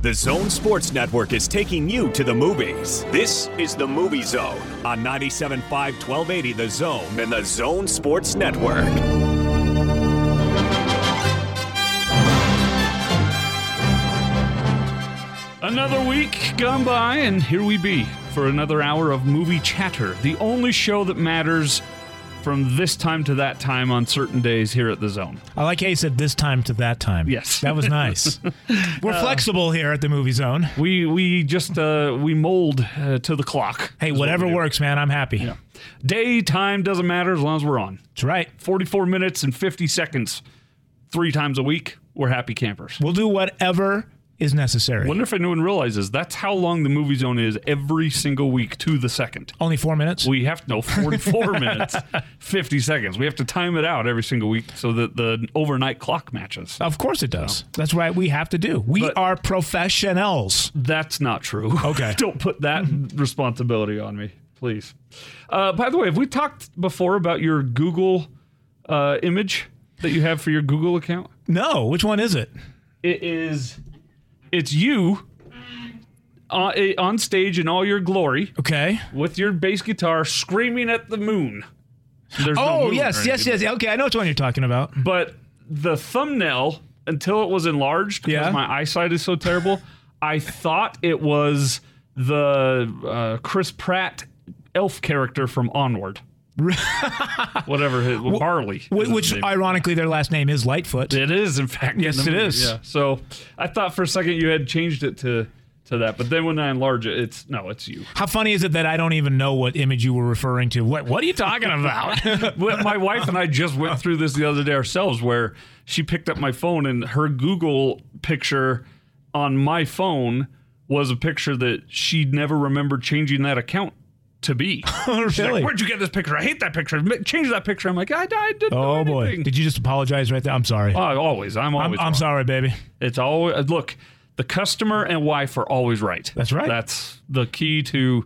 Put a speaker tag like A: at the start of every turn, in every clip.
A: The Zone Sports Network is taking you to the movies. This is the Movie Zone on 97.5 1280 The Zone and the Zone Sports Network.
B: Another week gone by, and here we be for another hour of movie chatter, the only show that matters from this time to that time on certain days here at the zone.
C: I like Ace said this time to that time.
B: Yes. Uh,
C: That was nice. We're flexible here at the movie zone.
B: We we just uh, we mold uh, to the clock.
C: Hey,
B: is what
C: whatever
B: we do.
C: works, man, I'm happy.
B: Day time doesn't matter as long as we're on.
C: That's right.
B: 44 minutes and 50 seconds, three times a week. We're happy campers.
C: We'll do whatever is necessary.
B: Wonder if anyone realizes that's how long the movie zone is every single week to the second.
C: Only four minutes?
B: We have to know 44 minutes, 50 seconds. We have to time it out every single week so that the overnight clock matches.
C: of course it does. That's right. We have to do. We
B: But-
C: are professionals.
B: That's not true.
C: Okay.
B: Don't put that responsibility on me, please. Uh, by the way, have we talked before about your Google uh, image that you have for your Google account?
C: No, which one is it?
B: It is, it's you on, eh, on stage in all your glory
C: Okay.
B: with your bass guitar screaming at the moon. There's no
C: Oh,
B: moon or
C: yes, yes,
B: anything.
C: yes. Okay, I know which one you're talking about.
B: but the thumbnail until it was enlarged because
C: Yeah.
B: my eyesight is so terrible i thought it was the uh, chris pratt elf character from onward whatever his, barley is
C: Wh-
B: his
C: Which,
B: name.
C: ironically, their last name is Lightfoot.
B: it is in fact
C: Yes,
B: in the
C: it
B: movie,
C: is.
B: yeah. so i thought for a second you had changed it to to that but then when i enlarge it it's no it's you
C: How funny is it that I don't even know what image you were referring to? What What are you talking about?
B: Well, my wife and I just went through this the other day ourselves, where she picked up my phone and her Google picture on my phone was a picture that she never remembered changing that account to be. She's like,
C: Really?
B: Where'd you get this picture? I hate that picture. Ma- Change that picture. I'm like, I, I didn't.
C: oh
B: do
C: boy!
B: anything."
C: Did you just apologize right there? I'm sorry.
B: Oh, always. I'm
C: I'm,
B: always.
C: I'm
B: wrong.
C: sorry, baby.
B: It's always look. The customer and wife are always right.
C: That's right.
B: That's the key to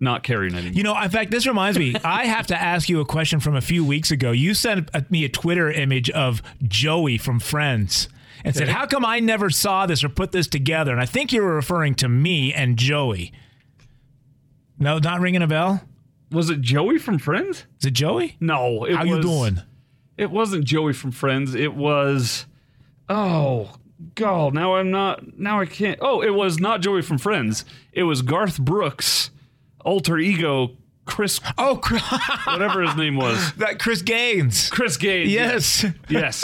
B: not caring anymore.
C: You know, in fact, this reminds me. I have to ask you a question from a few weeks ago. You sent a- me a Twitter image of Joey from Friends and said, "How come I never saw this or put this together?" And I think you were referring to me and Joey. No, not ringing a bell.
B: was it Joey from Friends?
C: Is it Joey?
B: No. It
C: How you
B: was-
C: doing?
B: It wasn't Joey from Friends. It was oh god. Now I'm not. Now I can't. Oh, it was not Joey from Friends. It was Garth Brooks, alter ego Chris,
C: Oh, Chris,
B: whatever his name was.
C: that Chris Gaines.
B: Chris Gaines.
C: Yes.
B: Yes.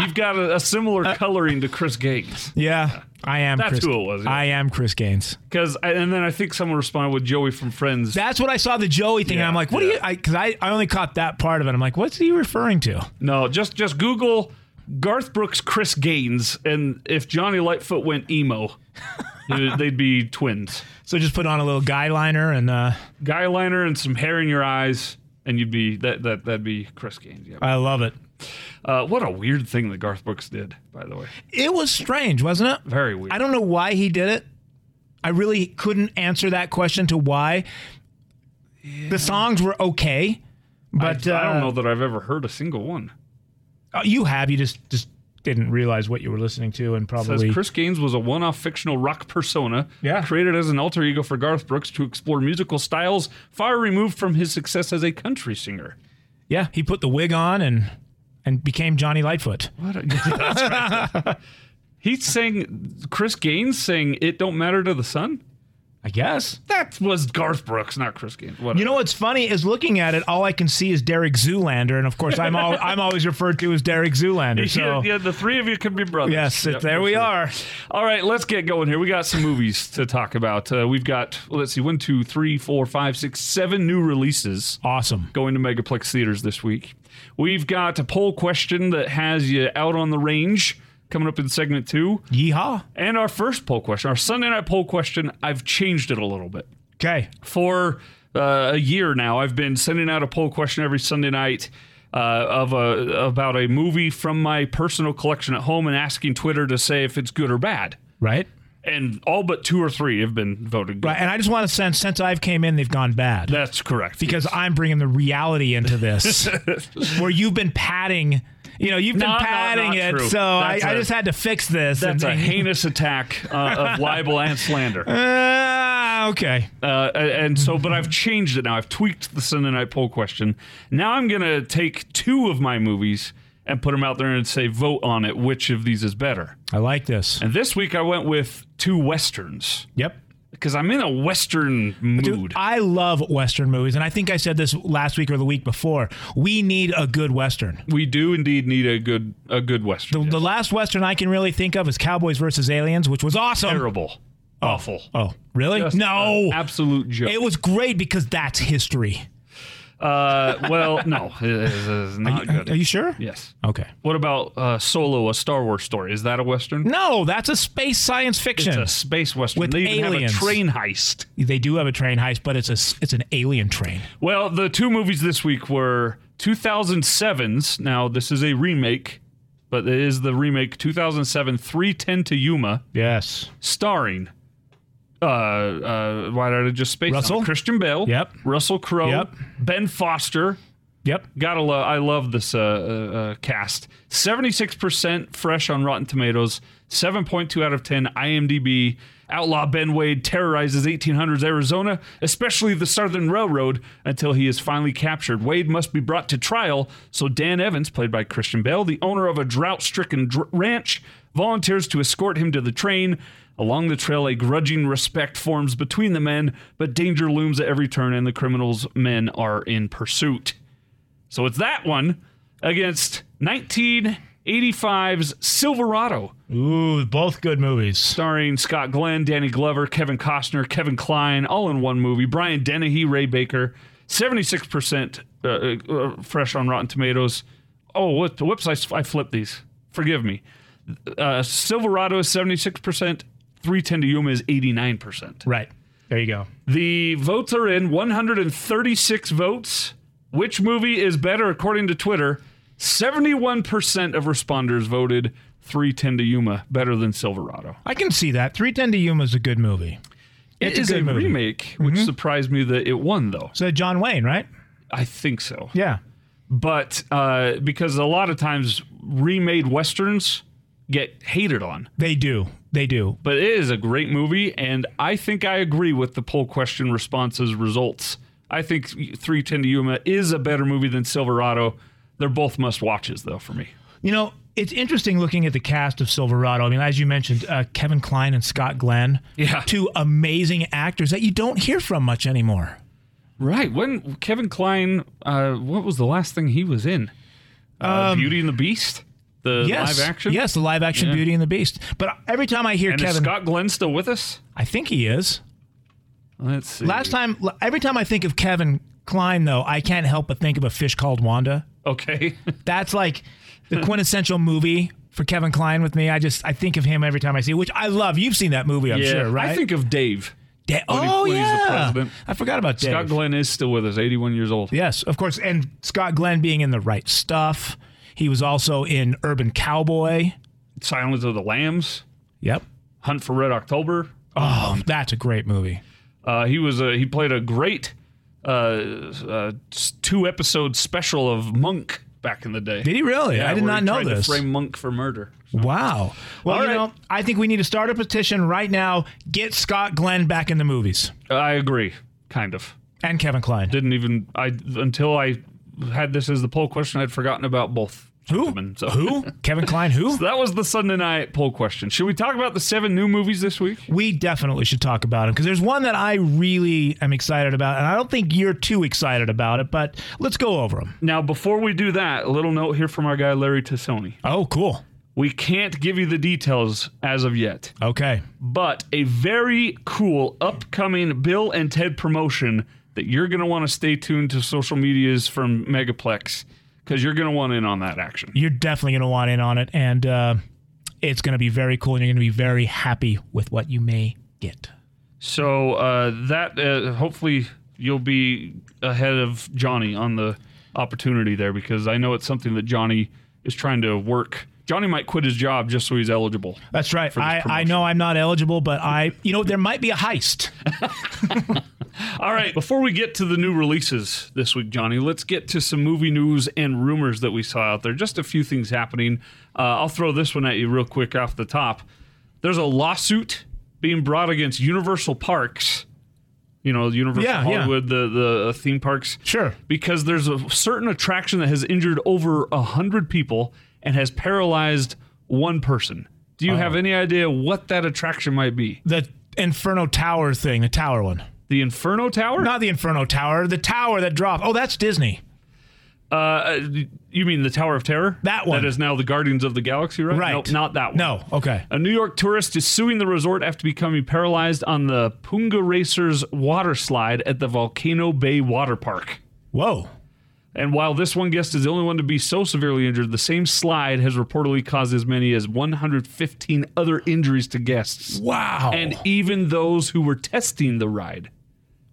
B: You've got a, a similar coloring to Chris Gaines.
C: Yeah, I am.
B: That's
C: Chris,
B: who it was, yeah.
C: I am Chris Gaines.
B: Because and then I think someone responded with Joey from Friends.
C: That's what I saw the Joey thing.
B: Yeah,
C: and I'm like, what
B: yeah.
C: do you? I Because I, I only caught that part of it. I'm like, what's he referring to?
B: no, just just Google Garth Brooks, Chris Gaines, and if Johnny Lightfoot went emo, they'd be twins.
C: So just put on a little guy liner and uh,
B: guy liner and some hair in your eyes, and you'd be that that that'd be Chris Gaines. Yeah.
C: I love it.
B: Uh, what a weird thing that Garth Brooks did, by the way.
C: It was strange, wasn't it?
B: Very weird.
C: I don't know why he did it. I really couldn't answer that question to why. The songs were okay, but
B: I, I don't
C: uh,
B: know that I've ever heard a single one.
C: uh, You have you just just didn't realize what you were listening to, and
B: Says
C: probably
B: Chris Gaines was a one-off fictional rock persona,
C: Yeah.
B: created as an alter ego for Garth Brooks to explore musical styles far removed from his success as a country singer.
C: yeah, he put the wig on and and became Johnny Lightfoot.
B: What a, that's right. He sang Chris Gaines sang "It Don't Matter to the Sun."
C: I guess.
B: That was Garth Brooks, not Chris Gaines. Whatever.
C: You know what's funny is looking at it, all I can see is Derek Zoolander, and of course I'm al- I'm always referred to as Derek Zoolander.
B: yeah,
C: So
B: yeah, the three of you can be brothers.
C: yes,
B: Yep,
C: there we
B: that's right.
C: are.
B: All right, let's get going here. We got some movies to talk about. Uh, we've got let's see, one, two, three, four, five, six, seven new releases
C: Awesome.
B: going to Megaplex theaters this week. We've got a poll question that has you out on the range coming up in segment two,
C: Yeehaw.
B: and our first poll question, our Sunday night poll question. I've changed it a little bit
C: Okay.
B: for uh, a year now. I've been sending out a poll question every Sunday night uh, of a about a movie from my personal collection at home and asking Twitter to say if it's good or bad.
C: Right.
B: And all but two or three have been voted good.
C: Right. And I just want to sense since I've came in, they've gone bad
B: That's correct.
C: because I'm bringing the reality into this, where you've been padding you know, you've been
B: Not- not-
C: padding
B: not
C: it,
B: true.
C: so I
B: That's
C: I
B: a-
C: just had to fix this.
B: That's a
C: and-
B: heinous attack uh, of libel and slander.
C: Ah, okay.
B: Uh, and so, but I've changed it now. I've tweaked the Sunday night poll question. Now I'm going to take two of my movies and put them out there and say, vote on it. Which of these is better?
C: I like this.
B: And this week I went with two Westerns
C: Yep.
B: because I'm in a Western
C: Dude,
B: mood.
C: I love Western movies, and I think I said this last week or the week before. We need a good Western.
B: we do indeed need a good a good Western.
C: The, the last Western I can really think of is Cowboys versus Aliens, which was awesome.
B: Terrible. Awful.
C: Oh, really?
B: Just
C: no.
B: an absolute joke.
C: it was great because that's history.
B: Uh, well, no, it is it is not good.
C: Are you sure?
B: yes.
C: Okay.
B: What about uh, Solo, a Star Wars story? Is that a Western?
C: No, that's a space science
B: It's
C: fiction.
B: a space Western.
C: With
B: they even
C: aliens.
B: have a train heist.
C: they do have a train heist, but it's a s- it's an alien train.
B: Well, the two movies this week were 2007's. Now, this is a remake, but it is the remake 2007 310 to Yuma,
C: Yes.
B: starring. Uh, uh, why did I just space? on it?
C: Russell?
B: Christian Bale.
C: Yep.
B: Russell Crowe.
C: Yep.
B: Ben Foster.
C: Yep.
B: Gotta love. I love this uh, uh, uh, cast. Seventy-six percent fresh on Rotten Tomatoes. Seven point two out of ten. IMDb. Outlaw Ben Wade terrorizes 1800s Arizona, especially the Southern Railroad, until he is finally captured. Wade must be brought to trial, so Dan Evans, played by Christian Bale, the owner of a drought stricken dr- ranch, volunteers to escort him to the train. Along the trail, a grudging respect forms between the men, but danger looms at every turn, and the criminals' men are in pursuit. So it's that one against 1985's Silverado,
C: Ooh, both good movies.
B: starring Scott Glenn, Danny Glover, Kevin Costner, Kevin Klein, all in one movie. Brian Dennehy, Ray Baker, 76% uh, uh, fresh on Rotten Tomatoes. Oh, whoop- whoops, I, s- I flipped these. Forgive me. Uh, Silverado is 76%, 310 to Yuma is 89%.
C: Right. There you go.
B: The votes are in 136 votes. Which movie is better according to Twitter? 71% of responders voted 310 to Yuma better than Silverado.
C: I can see that. 310 to Yuma is a good movie.
B: it
C: It's a
B: is a, Mm-hmm.
C: good movie.
B: remake, which surprised me that it won though.
C: So John Wayne, right?
B: I think so.
C: Yeah.
B: But uh, because a lot of times remade westerns get hated on.
C: They do. They do.
B: But it is a great movie and I think I agree with the poll question responses results. I think 310 to Yuma is a better movie than Silverado. They're both must watches though for me.
C: You know, it's interesting looking at the cast of Silverado. I mean, as you mentioned, uh, Kevin Klein and Scott Glenn,
B: Yeah.
C: two amazing actors that you don't hear from much anymore.
B: Right. When Kevin Klein, uh, what was the last thing he was in? Uh, Beauty and the Beast, the
C: Yes,
B: live action.
C: yes, the live action Beauty and the Beast. But every time I hear
B: And is
C: Kevin,
B: Scott Glenn still with us?
C: I think he is.
B: Let's see.
C: Last time, l- every time I think of Kevin Klein, though, I can't help but think of a fish called Wanda.
B: Okay.
C: That's like the quintessential movie for Kevin Klein with me. I just I think of him every time I see, it, which I love. You've seen that movie, I'm sure, right?
B: I think of Dave.
C: Da-
B: he
C: oh
B: plays the
C: yeah,
B: president.
C: I forgot about Dave.
B: Scott Glenn is still with us, 81 years old.
C: Yes, of course. And Scott Glenn being in the right stuff. He was also in Urban Cowboy.
B: Silence of the Lambs,
C: Yep.
B: Hunt for Red October.
C: Oh, that's a great movie.
B: Uh, he was a, he played a great uh, uh, two episode special of Monk back in the day.
C: Did he really? I did
B: where
C: not
B: he
C: know
B: tried to
C: this.
B: frame Monk for murder.
C: Wow. Well,
B: All
C: you
B: right.
C: know, I think we need to start a petition right now. Get Scott Glenn back in the movies
B: I agree, kind of.
C: and Kevin Klein.
B: didn't even I until I had this as the poll question. I'd forgotten about both.
C: who?
B: gentlemen, so-
C: Who? Kevin Klein? Who?
B: That was the Sunday night poll question. Should we talk about the seven new movies this week?
C: We definitely should talk about him because there's one that I really am excited about, and I don't think you're too excited about it. But let's go over him.
B: Now, before we do that, a little note here from our guy Larry Tassoni.
C: Oh, cool.
B: We can't give you the details as of yet,
C: Okay.
B: but a very cool upcoming Bill and Ted promotion that you're going to want to stay tuned to social medias from Megaplex because you're going to want in on that action.
C: you're definitely going to want in on it, and uh, it's going to be very cool, and you're going to be very happy with what you may get.
B: So uh, that uh, hopefully you'll be ahead of Johnny on the opportunity there because I know it's something that Johnny is trying to work. Johnny might quit his job just so he's eligible.
C: That's right.
B: this
C: I, I
B: promotion.
C: know I'm not eligible, but I, you know, there might be a heist.
B: All right, before we get to the new releases this week, Johnny, let's get to some movie news and rumors that we saw out there. Just a few things happening. Uh, I'll throw this one at you real quick off the top. There's a lawsuit being brought against Universal Parks. You know, Universal
C: Yeah, yeah.
B: Hollywood, the the uh, theme parks.
C: Sure.
B: Because there's a certain attraction that has injured over a hundred people and has paralyzed one person. Do
C: Oh.
B: you have any idea what that attraction might be?
C: The Inferno Tower thing, the tower one.
B: The Inferno Tower?
C: Not the Inferno Tower, the tower that dropped. Oh, that's Disney.
B: Uh, you mean the Tower of Terror?
C: That one.
B: That is now the Guardians of the Galaxy, right?
C: Right.
B: Nope, not that one.
C: No, okay.
B: A New York tourist is suing the resort after becoming paralyzed on the Punga Racers water slide at the Volcano Bay Water Park.
C: Whoa.
B: And while this one guest is the only one to be so severely injured, the same slide has reportedly caused as many as 115 other injuries to guests,
C: Wow.
B: and even those who were testing the ride.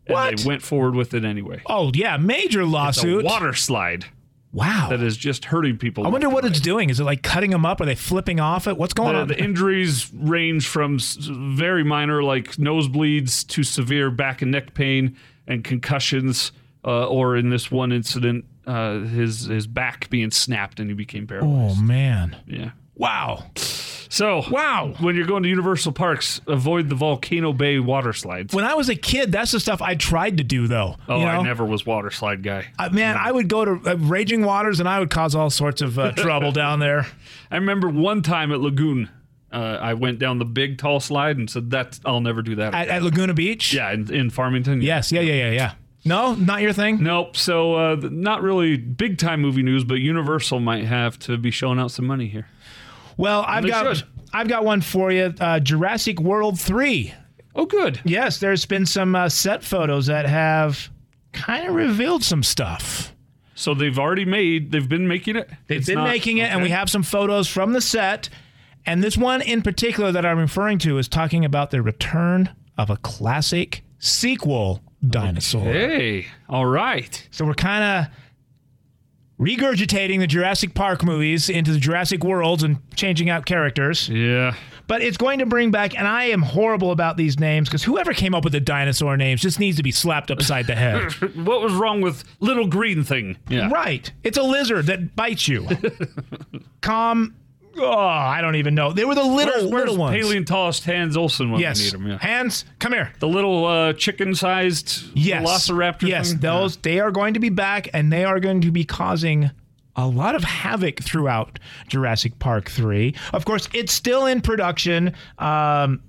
B: And
C: What?
B: they went forward with it anyway.
C: oh, yeah, major
B: It's
C: lawsuit.
B: a water slide
C: wow.
B: that is just hurting people.
C: I wonder what it's doing. Is it like cutting them up? Are they flipping off it? What's going
B: Uh,
C: on?
B: the injuries range from s- very minor, like nosebleeds, to severe back and neck pain and concussions, uh, or in this one incident, uh, his his back being snapped and he became paralyzed.
C: oh, man.
B: Yeah.
C: Wow.
B: So
C: Wow.
B: when you're going to Universal Parks, avoid the Volcano Bay water slides.
C: When I was a kid, that's the stuff I tried to do, though.
B: oh,
C: you
B: I
C: know?
B: never was water slide guy.
C: Uh, man, I would go to uh, Raging Waters and I would cause all sorts of uh, trouble down there.
B: I remember one time at Lagoon, uh, I went down the big tall slide and said, "That's I'll never do that."
C: At, at Laguna Beach?
B: yeah, in, in Farmington. Yeah.
C: Yes. Yeah, yeah, yeah, yeah. No, not your thing?
B: Nope. So uh, th- not really big time movie news, but Universal might have to be showing out some money here.
C: Well, I've
B: they
C: got
B: should.
C: I've got one for you. Uh, Jurassic World three.
B: Oh, good.
C: Yes, there's been some uh, set photos that have kind of revealed some stuff.
B: So they've already made. They've been making it.
C: They've been making it, and we have some photos from the set. And this one in particular that I'm referring to is talking about the return of a classic sequel dinosaur.
B: Hey, all right.
C: So we're kind of regurgitating the Jurassic Park movies into the Jurassic worlds and changing out characters.
B: Yeah.
C: But it's going to bring back, and I am horrible about these names because whoever came up with the dinosaur names just needs to be slapped upside the head.
B: What was wrong with little green thing? Yeah.
C: right. It's a lizard that bites you. Com. Oh, I don't even know. They were the little,
B: Where's, where's
C: little ones.
B: paleontologist Hans Olsen when
C: yes.
B: we need him? Yeah.
C: Hands, come here.
B: The little uh, chicken-sized
C: Yes.
B: velociraptor.
C: Yes,
B: thing?
C: those they are going to be back, and they are going to be causing a lot of havoc throughout Jurassic Park three. Of course, it's still in production. Um,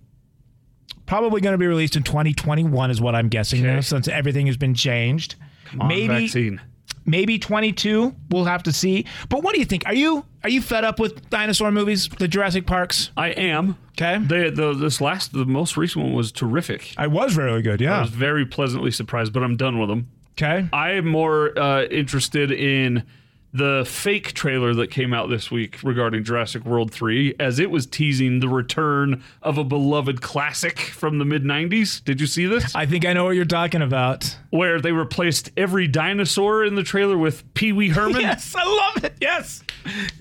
C: probably going to be released in 2021 is what I'm guessing now, since everything has been changed.
B: On
C: maybe
B: vaccine.
C: maybe 22. We'll have to see. But what do you think? Are you are you fed up with dinosaur movies, the Jurassic Parks?
B: I am.
C: Okay.
B: They, the, this last, the most recent one was terrific.
C: I was really good.
B: I
C: Yeah.
B: was very pleasantly surprised, but I'm done with them.
C: Okay.
B: I am more uh, interested in the fake trailer that came out this week regarding Jurassic World 3, as it was teasing the return of a beloved classic from the mid 90s. Did you see this?
C: I think I know what you're talking about.
B: Where they replaced every dinosaur in the trailer with Pee Wee Herman.
C: Yes, I love it. Yes.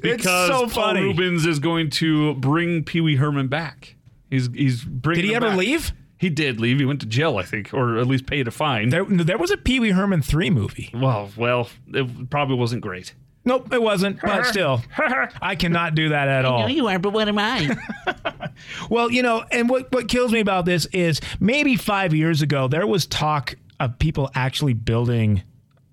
B: Because
C: it's so
B: Paul
C: funny.
B: Rubens is going to bring Pee Wee Herman back. He's he's bringing.
C: Did he
B: him
C: ever
B: back.
C: leave?
B: He did leave. He went to jail, I think, or at least paid a fine.
C: There, no, there was a Pee Wee Herman 3 movie.
B: well, well, it probably wasn't great.
C: Nope, it wasn't, but still. I cannot do that at all.
D: you are, but what am I?
C: Well, you know, and what, what kills me about this is maybe five years ago, there was talk of people actually building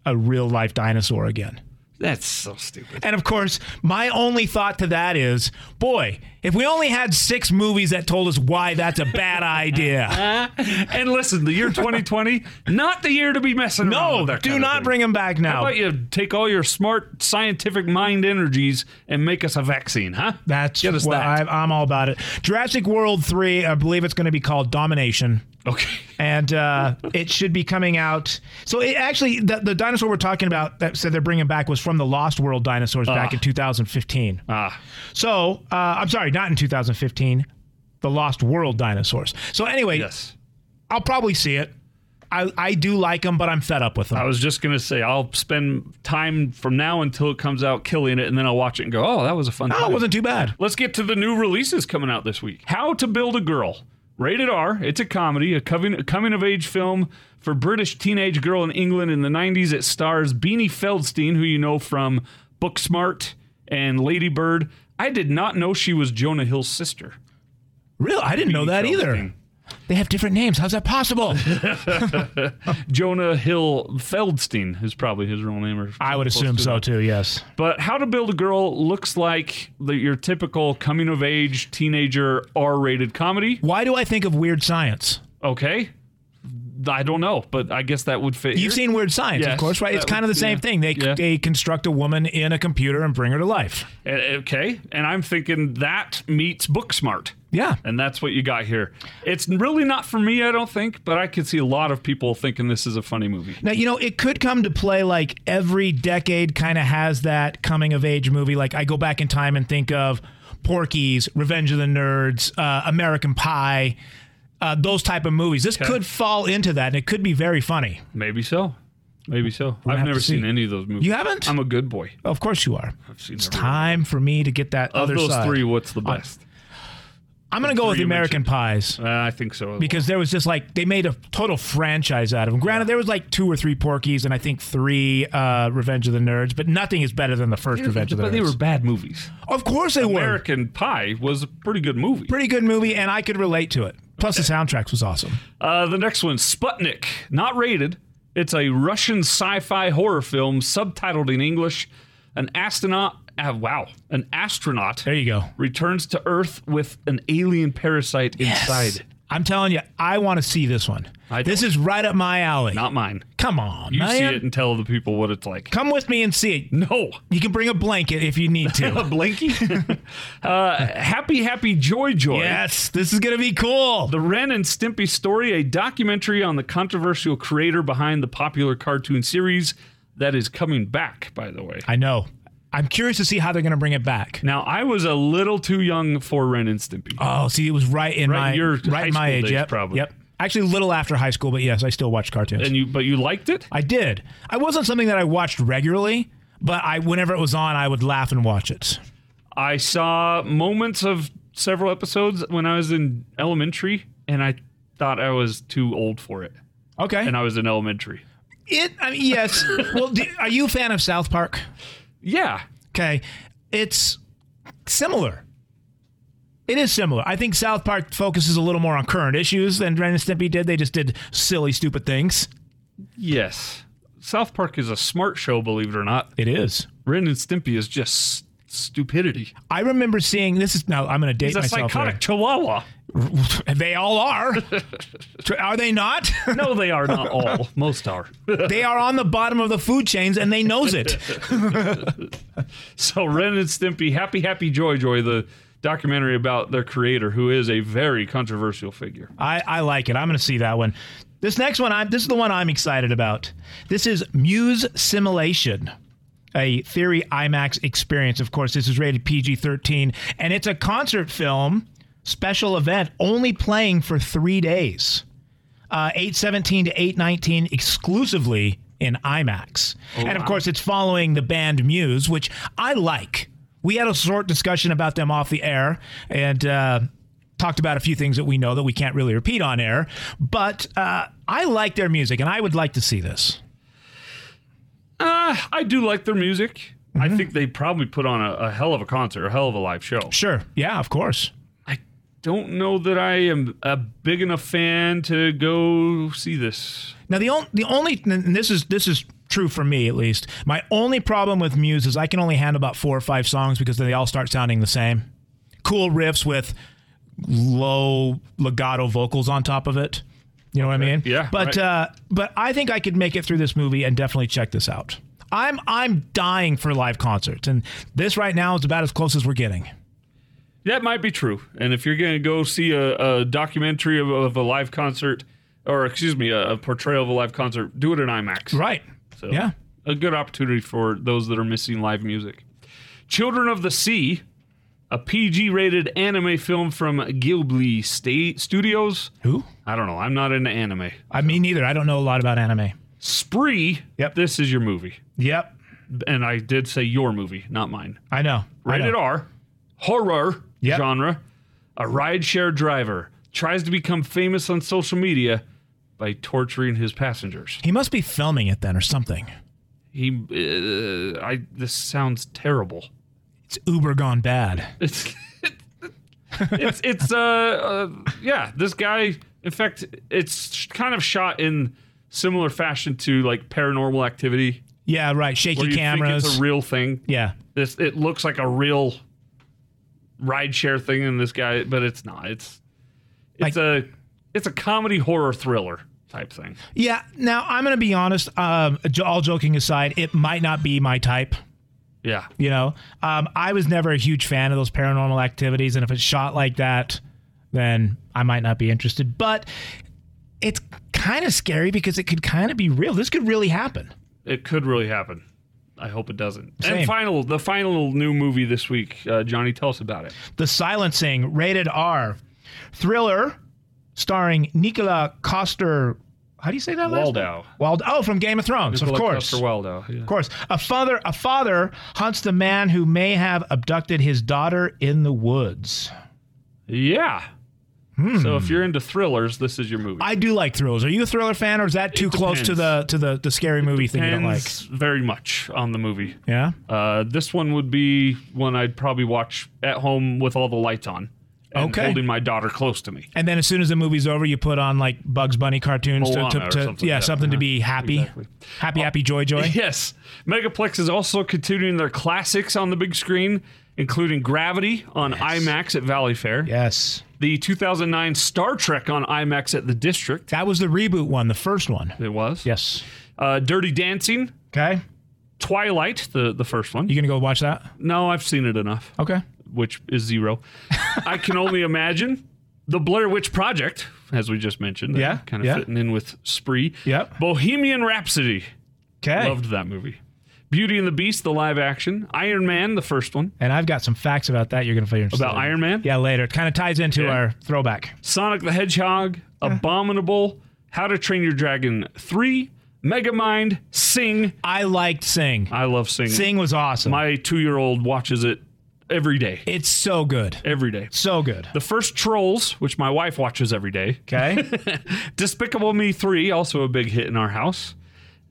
C: a real life dinosaur again.
B: That's so stupid.
C: And of course, my only thought to that is boy, if we only had six movies that told us why that's a bad idea.
B: And listen, the year 2020, not the year to be messing around
C: No,
B: with that
C: do
B: kind of
C: not
B: thing.
C: bring them back now.
B: How about you take all your smart scientific mind energies and make us a vaccine, huh?
C: That's
B: Get us
C: what
B: that.
C: I, I'm all about it. Jurassic World 3, I believe it's going to be called Domination.
B: okay.
C: And uh, it should be coming out. So it actually, the, the dinosaur we're talking about that said they're bringing back was from the Lost World dinosaurs back in 2015.
B: Ah,
C: So uh, I'm sorry, not in 2015, the Lost World dinosaurs. So anyway,
B: yes.
C: I'll probably see it. I, I do like them, but I'm fed up with them.
B: I was just gonna say I'll spend time from now until it comes out killing it, and then I'll watch it and go, "Oh, that was a fun."
C: oh,
B: time."
C: it wasn't too bad.
B: Let's get to the new releases coming out this week. How to Build a Girl Rated R. It's a comedy, a coming, coming of age film for British teenage girl in England in the 90s. It stars Beanie Feldstein, who you know from Booksmart and Lady Bird. I did not know she was Jonah Hill's sister.
C: Really? I didn't know that either.
B: Feldstein.
C: They have different names. How's that possible?
B: Jonah Hill Feldstein is probably his real name. Or
C: I would assume so too, yes.
B: But How to Build a Girl looks like the, your typical coming of age teenager R rated comedy.
C: Why do I think of weird science?
B: Okay. I don't know, but I guess that would fit. here.
C: You've seen Weird Science, of
B: Yes.
C: course, right? It's
B: That
C: kind of the
B: would-
C: same
B: yeah.
C: thing. They
B: Yeah.
C: they construct a woman in a computer and bring her to life.
B: Uh, Okay. And I'm thinking that meets Booksmart.
C: Yeah.
B: And that's what you got here. It's really not for me, I don't think, but I could see a lot of people thinking this is a funny movie.
C: Now, you know, it could come to play like every decade kind of has that coming of age movie. Like I go back in time and think of Porky's, Revenge of the Nerds, uh, American Pie, uh, those type of movies. This could fall into that and it could be very funny.
B: Maybe so. Maybe so.
C: have
B: I've never
C: to see.
B: seen any of those movies.
C: You haven't?
B: I'm a good boy.
C: Of course you are.
B: seen
C: it's
B: every
C: time for me to get that
B: Of
C: other
B: those
C: side. Uh,
B: three, what's the best?
C: I'm going to go with
B: three you
C: American Pies.
B: Uh, I think so. as well.
C: because there was just like they made a total franchise out of them. Granted, there was like two or three Porkies and I think three uh, Revenge of the Nerds, but nothing is better than the first Revenge of the
B: but they
C: Nerds.
B: were bad movies.
C: of course, they were
B: American Pie was a pretty good movie.
C: pretty good movie, and I could relate to it. Plus, the soundtracks was awesome.
B: Uh, the next one, Sputnik, not rated. It's a Russian sci-fi horror film subtitled in English. An astronaut, ah, wow, an astronaut
C: There you go.
B: returns to Earth with an alien parasite inside.
C: I'm telling you, I want to see this one.
B: I
C: This
B: don't.
C: is right up my alley.
B: Not mine.
C: Come on,
B: You see
C: man.
B: it and tell the people what it's like.
C: Come with me and see it.
B: No.
C: You can bring a blanket if you need
B: A
C: to.
B: blankie? uh, happy, happy, joy, joy.
C: yes, this is gonna be cool.
B: The Ren and Stimpy Story, a documentary on the controversial creator behind the popular cartoon series that is coming back, by the way.
C: I know. I'm curious to see how they're gonna bring it back.
B: Now, I was a little too young for Ren and Stimpy.
C: Oh, see, it was right in
B: Right
C: my
B: in your
C: right
B: high
C: in my
B: school
C: age.
B: days,
C: yep,
B: probably.
C: Yep. Actually, a little after high school, but yes, I still watch cartoons.
B: and you but you liked it?
C: I did. I wasn't something that I watched regularly, but I whenever it was on, I would laugh and watch it.
B: I saw moments of several episodes when I was in elementary and I thought I was too old for it.
C: Okay.
B: And I was in elementary.
C: it. I mean, yes. well, do, are you a fan of South Park?
B: Yeah.
C: Okay, it's similar. It is similar. I think South Park focuses a little more on current issues than Ren and Stimpy did. They just did silly, stupid things.
B: Yes. South Park is a smart show, believe it or not.
C: It is.
B: Ren and Stimpy is just stupidity.
C: I remember seeing this is now. I'm going to date
B: He's a
C: myself. here.
B: psychotic chihuahua.
C: They all are. are they not?
B: No, they are not all. Most are.
C: they are on the bottom of the food chains and they knows it.
B: So Ren and Stimpy, Happy Happy Joy Joy, the documentary about their creator, who is a very controversial figure.
C: I, I like it. I'm going to see that one. This next one, I'm, this is the one I'm excited about. This is Muse Simulation, a Theory IMAX experience. Of course, this is rated PG 13, and it's a concert film special event only playing for three days. uh, 817 to 819 exclusively in IMAX. and of course, it's following the band Muse, which I like. We had a short discussion about them off the air and uh, talked about a few things that we know that we can't really repeat on air. But uh, I like their music and I would like to see this.
B: Uh, I do like their music. I think they probably put on a, a hell of a concert, a hell of a live show.
C: Sure. Yeah, of course.
B: I don't know that I am a big enough fan to go see this.
C: Now the only the only and this is this is true for me at least. My only problem with Muse is I can only handle about four or five songs because they all start sounding the same. Cool riffs with low legato vocals on top of it. You know what I mean?
B: Yeah,
C: But
B: right.
C: uh, but I think I could make it through this movie and definitely check this out. I'm I'm dying for live concerts, and this right now is about as close as we're getting.
B: That might be true. And if you're going to go see a, a documentary of, of a live concert, or excuse me, a, a portrayal of a live concert, do it in IMAX.
C: Right.
B: So
C: Yeah.
B: a good opportunity for those that are missing live music. Children of the Sea, a PG-rated anime film from Ghibli State Studios.
C: Who?
B: I don't know. I'm not into anime.
C: I mean, neither. I don't know a lot about anime.
B: Spree.
C: Yep.
B: This is your movie,
C: Yep.
B: and I did say your movie, not mine.
C: I know. I
B: Rated
C: know.
B: R, horror
C: Yep.
B: genre, a rideshare driver tries to become famous on social media by torturing his passengers.
C: He must be filming it then or something.
B: He, uh, I. This sounds terrible.
C: It's Uber gone bad.
B: It's, it's, it's, uh, uh, yeah. This guy. In fact, it's sh- kind of shot in similar fashion to like Paranormal Activity,
C: Yeah, right.
B: where
C: Shaky
B: you
C: cameras.
B: think it's a real thing.
C: yeah.
B: This it looks like a real rideshare thing in this guy, but it's not. It's it's
C: Like-
B: a it's a comedy horror thriller type thing.
C: Yeah. Now I'm going to be honest. Um, j- all joking aside, it might not be my type.
B: Yeah.
C: You know, um, I was never a huge fan of those paranormal activities, and if it's shot like that, then I might not be interested. But it's kind of scary because it could kind of be real. This could really happen.
B: It could really happen. I hope it doesn't.
C: Same.
B: And final the final new movie this week, uh, Johnny, tell us about it.
C: The Silencing, rated R, thriller, starring Nicola Coster. How do you say that last name?
B: Waldo.
C: Waldo. Oh, from Game of Thrones, of course.
B: Custer Waldo. Yeah.
C: Of course, a father a father hunts the man who may have abducted his daughter in the woods.
B: Yeah. So if you're into thrillers, this is your movie.
C: Hmm. I do like thrillers. Are you a thriller fan, or is that too close to the to the, the scary movie thing you don't like?
B: Depends very much on the movie.
C: Yeah.
B: Uh, this one would be one I'd probably watch at home with all the lights on. And
C: Okay.
B: Holding my daughter close to me.
C: And then as soon as the movie's over, you put on like Bugs Bunny cartoons to,
B: Moana
C: to,
B: or
C: to-
B: something
C: yeah
B: like that.
C: something to be happy,
B: Exactly. Oh.
C: happy, happy, joy, joy.
B: Yes. Megaplex is also continuing their classics on the big screen, including Gravity on IMAX at Valley Fair,
C: Yes,
B: the 2009 Star Trek on IMAX at the District.
C: that was the reboot one, the first one.
B: It was.
C: Yes.
B: Uh, Dirty Dancing,
C: Okay.
B: Twilight, the, the first one.
C: You gonna go watch that?
B: No, I've seen it enough,
C: Okay.
B: which is zero. I can only imagine. The Blair Witch Project, as we just mentioned.
C: Yeah,
B: Kind of
C: yeah.
B: fitting in with Spree.
C: Yep.
B: Bohemian Rhapsody.
C: Okay.
B: Loved that movie. Beauty and the Beast, the live action. Iron Man, the first one.
C: and I've got some facts about that you're gonna find interesting.
B: About Iron Man.
C: Yeah, later. It kind of ties into
B: Yeah.
C: our throwback.
B: Sonic the Hedgehog, Abominable, How to Train Your Dragon 3, Megamind, Sing.
C: I liked Sing.
B: I love Sing.
C: Sing was awesome.
B: My two year old watches it every day.
C: it's so good.
B: Every day.
C: So good.
B: The first Trolls, which my wife watches every day.
C: Okay.
B: Despicable Me 3, also a big hit in our house.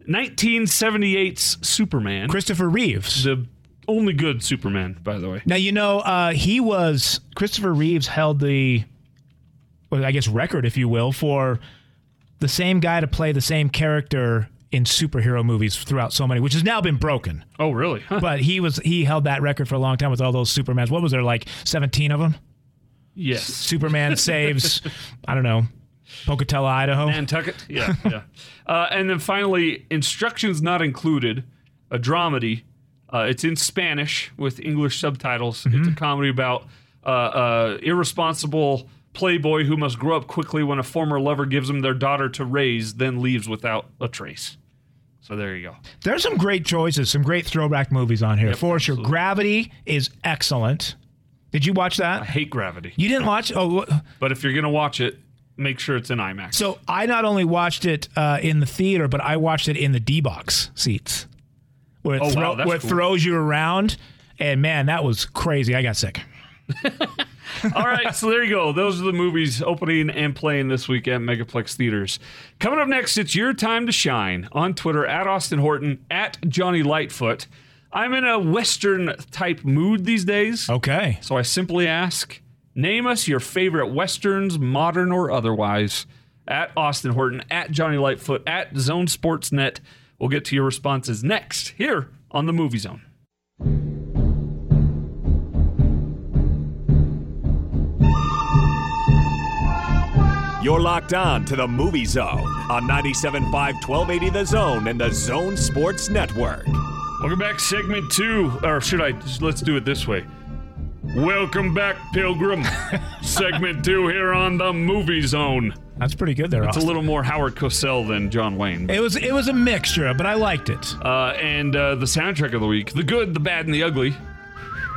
B: 1978's Superman.
C: Christopher Reeves.
B: the only good Superman, by the way.
C: Now you know uh, he was Christopher Reeves held the, well, I guess record, if you will, for the same guy to play the same character in superhero movies throughout so many, which has now been broken.
B: Oh, really? Huh.
C: But he was he held that record for a long time with all those Supermans. What was there like seventeen of them?
B: Yes.
C: Superman saves, I don't know, Pocatello, Idaho.
B: Nantucket? Yeah, yeah. Uh, and then finally, instructions not included, a dramedy. Uh, it's in Spanish with English subtitles. It's a comedy about uh, uh, irresponsible playboy who must grow up quickly when a former lover gives him their daughter to raise, then leaves without a trace. So there you go.
C: There's some great choices, some great throwback movies on here for sure. Gravity is excellent. Did you watch
B: I
C: that?
B: hate Gravity,
C: You didn't watch? Oh, wh-
B: but if you're gonna watch it, make sure it's in IMAX.
C: so I not only watched it uh, in the theater, but I watched it in the D box seats, where it,
B: Oh,
C: thro-
B: wow, that's
C: where it
B: cool.
C: throws you around. And man, that was crazy. I got sick.
B: All right, so there you go. Those are the movies opening and playing this week at Megaplex Theaters. Coming up next, it's your time to shine on Twitter at Austin Horton at Johnny Lightfoot. I'm in a Western type mood these days,
C: Okay.
B: so I simply ask: name us your favorite westerns, modern or otherwise. At Austin Horton, at Johnny Lightfoot, at Zone Sportsnet. We'll get to your responses next here on the Movie Zone.
A: You're locked on to the Movie Zone on 97.5 1280 The Zone and the Zone Sports Network.
B: Welcome back, segment two. Or should I? Let's do it this way. Welcome back, Pilgrim. segment two here on the Movie Zone.
C: That's pretty good there.
B: It's a
C: Austin.
B: little more Howard Cosell than John Wayne.
C: It was it was a mixture, but I liked it.
B: Uh, and uh, the soundtrack of the week: the good, the bad, and the ugly.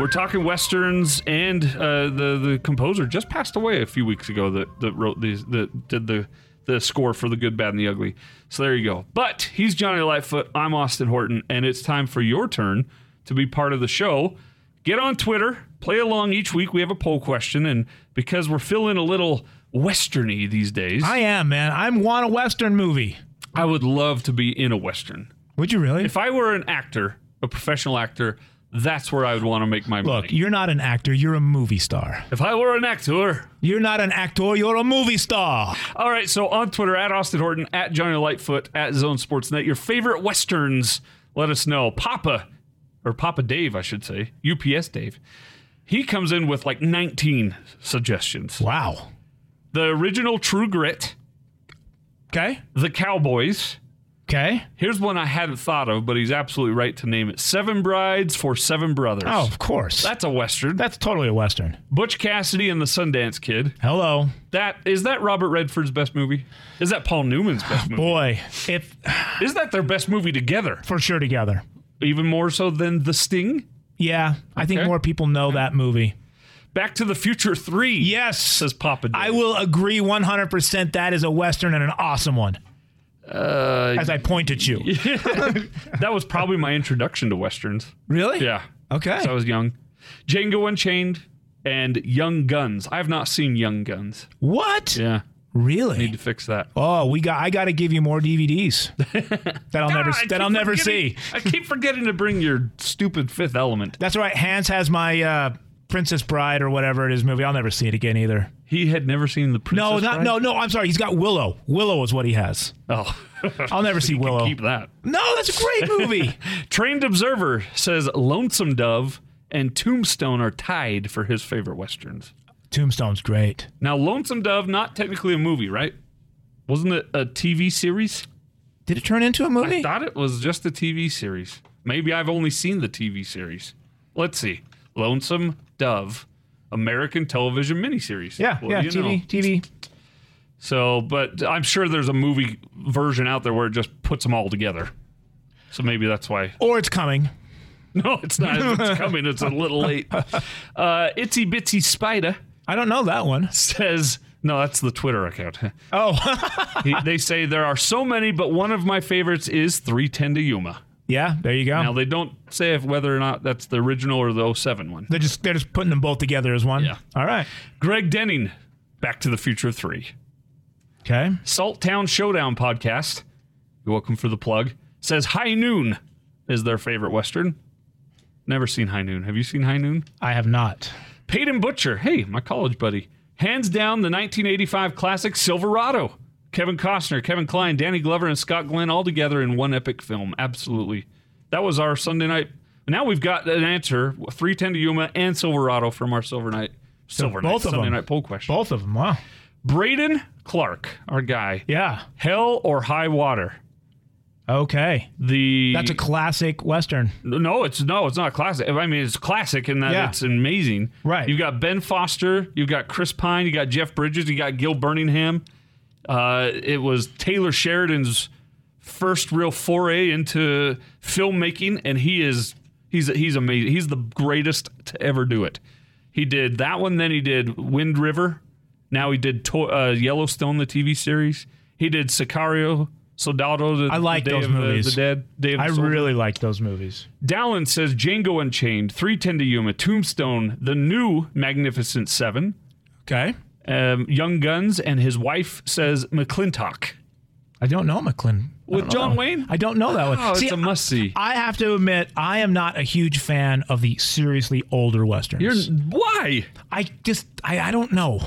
B: We're talking westerns, and uh, the the composer just passed away a few weeks ago that that wrote these that did the the score for the good, bad, and the ugly. So there you go. But he's Johnny Lightfoot. I'm Austin Horton, and it's time for your turn to be part of the show. get on Twitter, play along each week. We have a poll question, and because we're feeling a little westerny these days,
C: I
B: I,
C: am, man. I want a Western movie.
B: would love to be in a western.
C: Would you really?
B: If I were an actor, a professional actor, that's where I would want to make my
C: Look,
B: money.
C: you're not an actor. You're a movie star.
B: If I were an actor,
C: You're not an actor. You're a movie star.
B: All right, so on Twitter, at Austin Horton, at Johnny Lightfoot, at Zone Sportsnet, your favorite Westerns, let us know. Papa, or Papa Dave, I should say, UPS Dave, he comes in with like 19 suggestions.
C: Wow.
B: The original True Grit,
C: Okay.
B: The Cowboys.
C: Okay.
B: Here's one I hadn't thought of, but he's absolutely right to name it Seven Brides for Seven Brothers.
C: Oh, of course.
B: That's a Western.
C: That's totally a Western.
B: Butch Cassidy and the Sundance Kid.
C: Hello.
B: That is that Robert Redford's best movie? Is that Paul Newman's best movie?
C: Boy, if
B: Is that their best movie together?
C: for sure together.
B: even more so than The Sting.
C: Yeah. I think
B: Okay.
C: more people know that movie.
B: Back to the Future 3.
C: Yes.
B: Says Papa Dave.
C: I will agree 100% that is a Western and an awesome one. Uh, As I point at you.
B: that was probably my introduction to Westerns.
C: Really?
B: Yeah.
C: Okay.
B: So I was young. Django Unchained and Young Guns. I have not seen Young Guns.
C: what?
B: Yeah. Need
C: Really?
B: to fix that.
C: Oh, we got. I got to give you more DVDs that I'll never
B: Ah, I
C: that
B: keep
C: I'll never see.
B: forgetting- I keep forgetting to bring your stupid fifth element.
C: That's right. Hans has my uh, Princess Bride or whatever it is movie. I'll never see it again either.
B: He had never seen the Princess
C: No, not
B: Bride?
C: no, no. I'm sorry. He's got Willow. Willow is what he has.
B: Oh.
C: I'll never see Willow.
B: Keep that.
C: No, that's a great movie.
B: Trained Observer says Lonesome Dove and Tombstone are tied for his favorite westerns.
C: Tombstone's great.
B: Now, Lonesome Dove, not technically a movie, right? Wasn't it a TV series?
C: Did it turn into a
B: I
C: movie?
B: thought it was just a TV series. Maybe I've only seen the TV series. Let's see. Lonesome Dove, American television miniseries.
C: Yeah,
B: What
C: yeah.
B: do you
C: TV,
B: know?
C: TV.
B: So, but I'm sure there's a movie version out there where it just puts them all together. So maybe that's why.
C: Or it's coming.
B: No, it's not. It's coming. It's a little late. Uh, Itsy Bitsy Spider
C: I don't know that one.
B: says, no, that's the Twitter account.
C: Oh,
B: He- they say there are so many, but one of my favorites is 310 to Yuma.
C: yeah. There you go.
B: Now, they don't say if whether or not that's the original or the 07 one.
C: they're just they're just putting them both together as one.
B: Yeah.
C: All right.
B: Greg Denning, Back to the Future 3.
C: Okay.
B: Salt Town Showdown podcast, you're welcome for the plug, says High Noon is their favorite Western. Never seen High Noon. Have you seen High Noon?
C: I have not.
B: Peyton Butcher, hey, my college buddy. Hands down, the 1985 classic Silverado. Kevin Costner, Kevin Kline, Danny Glover, and Scott Glenn all together in one epic film. Absolutely. That was our Sunday night. Now we've got an answer 310 to Yuma and Silverado from our Silver Night. Silver Night,
C: both of
B: Sunday
C: them.
B: night poll question.
C: Both of them. Wow.
B: Braden Clark, our guy.
C: Yeah.
B: Hell or high water.
C: Okay.
B: The
C: That's a classic western.
B: No, it's no, it's not classic. I mean, it's classic in that
C: Yeah.
B: it's amazing.
C: Right.
B: You've got Ben Foster, you've got Chris Pine, you got Jeff Bridges, you got Gil Birmingham. Uh, it was Taylor Sheridan's first real foray into filmmaking, and he is he's he's amazing. He's the greatest to ever do it. He did that one, then he did Wind River. Now he did to- uh, Yellowstone, the TV series. He did Sicario, Soldado. The,
C: I like
B: the Day
C: those
B: of the-
C: movies.
B: The, Dead. Day of the
C: I
B: Soldier.
C: really like those movies.
B: Dallin says Django Unchained, 310 to Yuma, Tombstone, the new Magnificent Seven,
C: Okay.
B: um, Young Guns, and his wife says McClintock.
C: I don't know McClin. I
B: With
C: don't know
B: John
C: that one.
B: Wayne?
C: I don't know that one.
B: Oh,
C: See,
B: it's a must see.
C: I have to admit, I am not a huge fan of the seriously older westerns.
B: You're why?
C: I just, I, I don't know.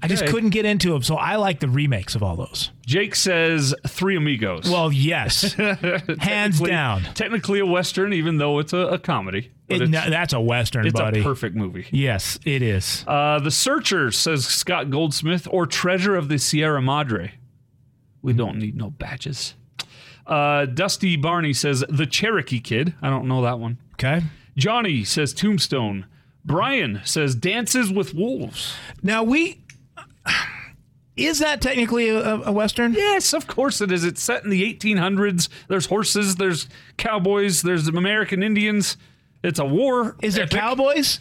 C: I just
B: Okay.
C: couldn't get into them, so I like the remakes of all those.
B: Jake says Three Amigos.
C: Well, yes, hands
B: Technically-
C: down.
B: Technically a western, even though it's a, a comedy. But
C: It-
B: it's
C: no, that's a western,
B: it's
C: buddy.
B: a perfect movie.
C: yes, it is.
B: Uh, the Searcher says Scott Goldsmith or Treasure of the Sierra Madre.
C: Hmm.
B: We don't need no badges. Uh, Dusty Barney says The Cherokee Kid. I don't know that one.
C: okay.
B: Johnny says Tombstone. Brian says Dances with Wolves.
C: Now we. Is that technically a, a western?
B: Yes, of course it is. It's set in the 1800s. There's horses, there's cowboys, there's American Indians. It's a war.
C: Is there cowboys?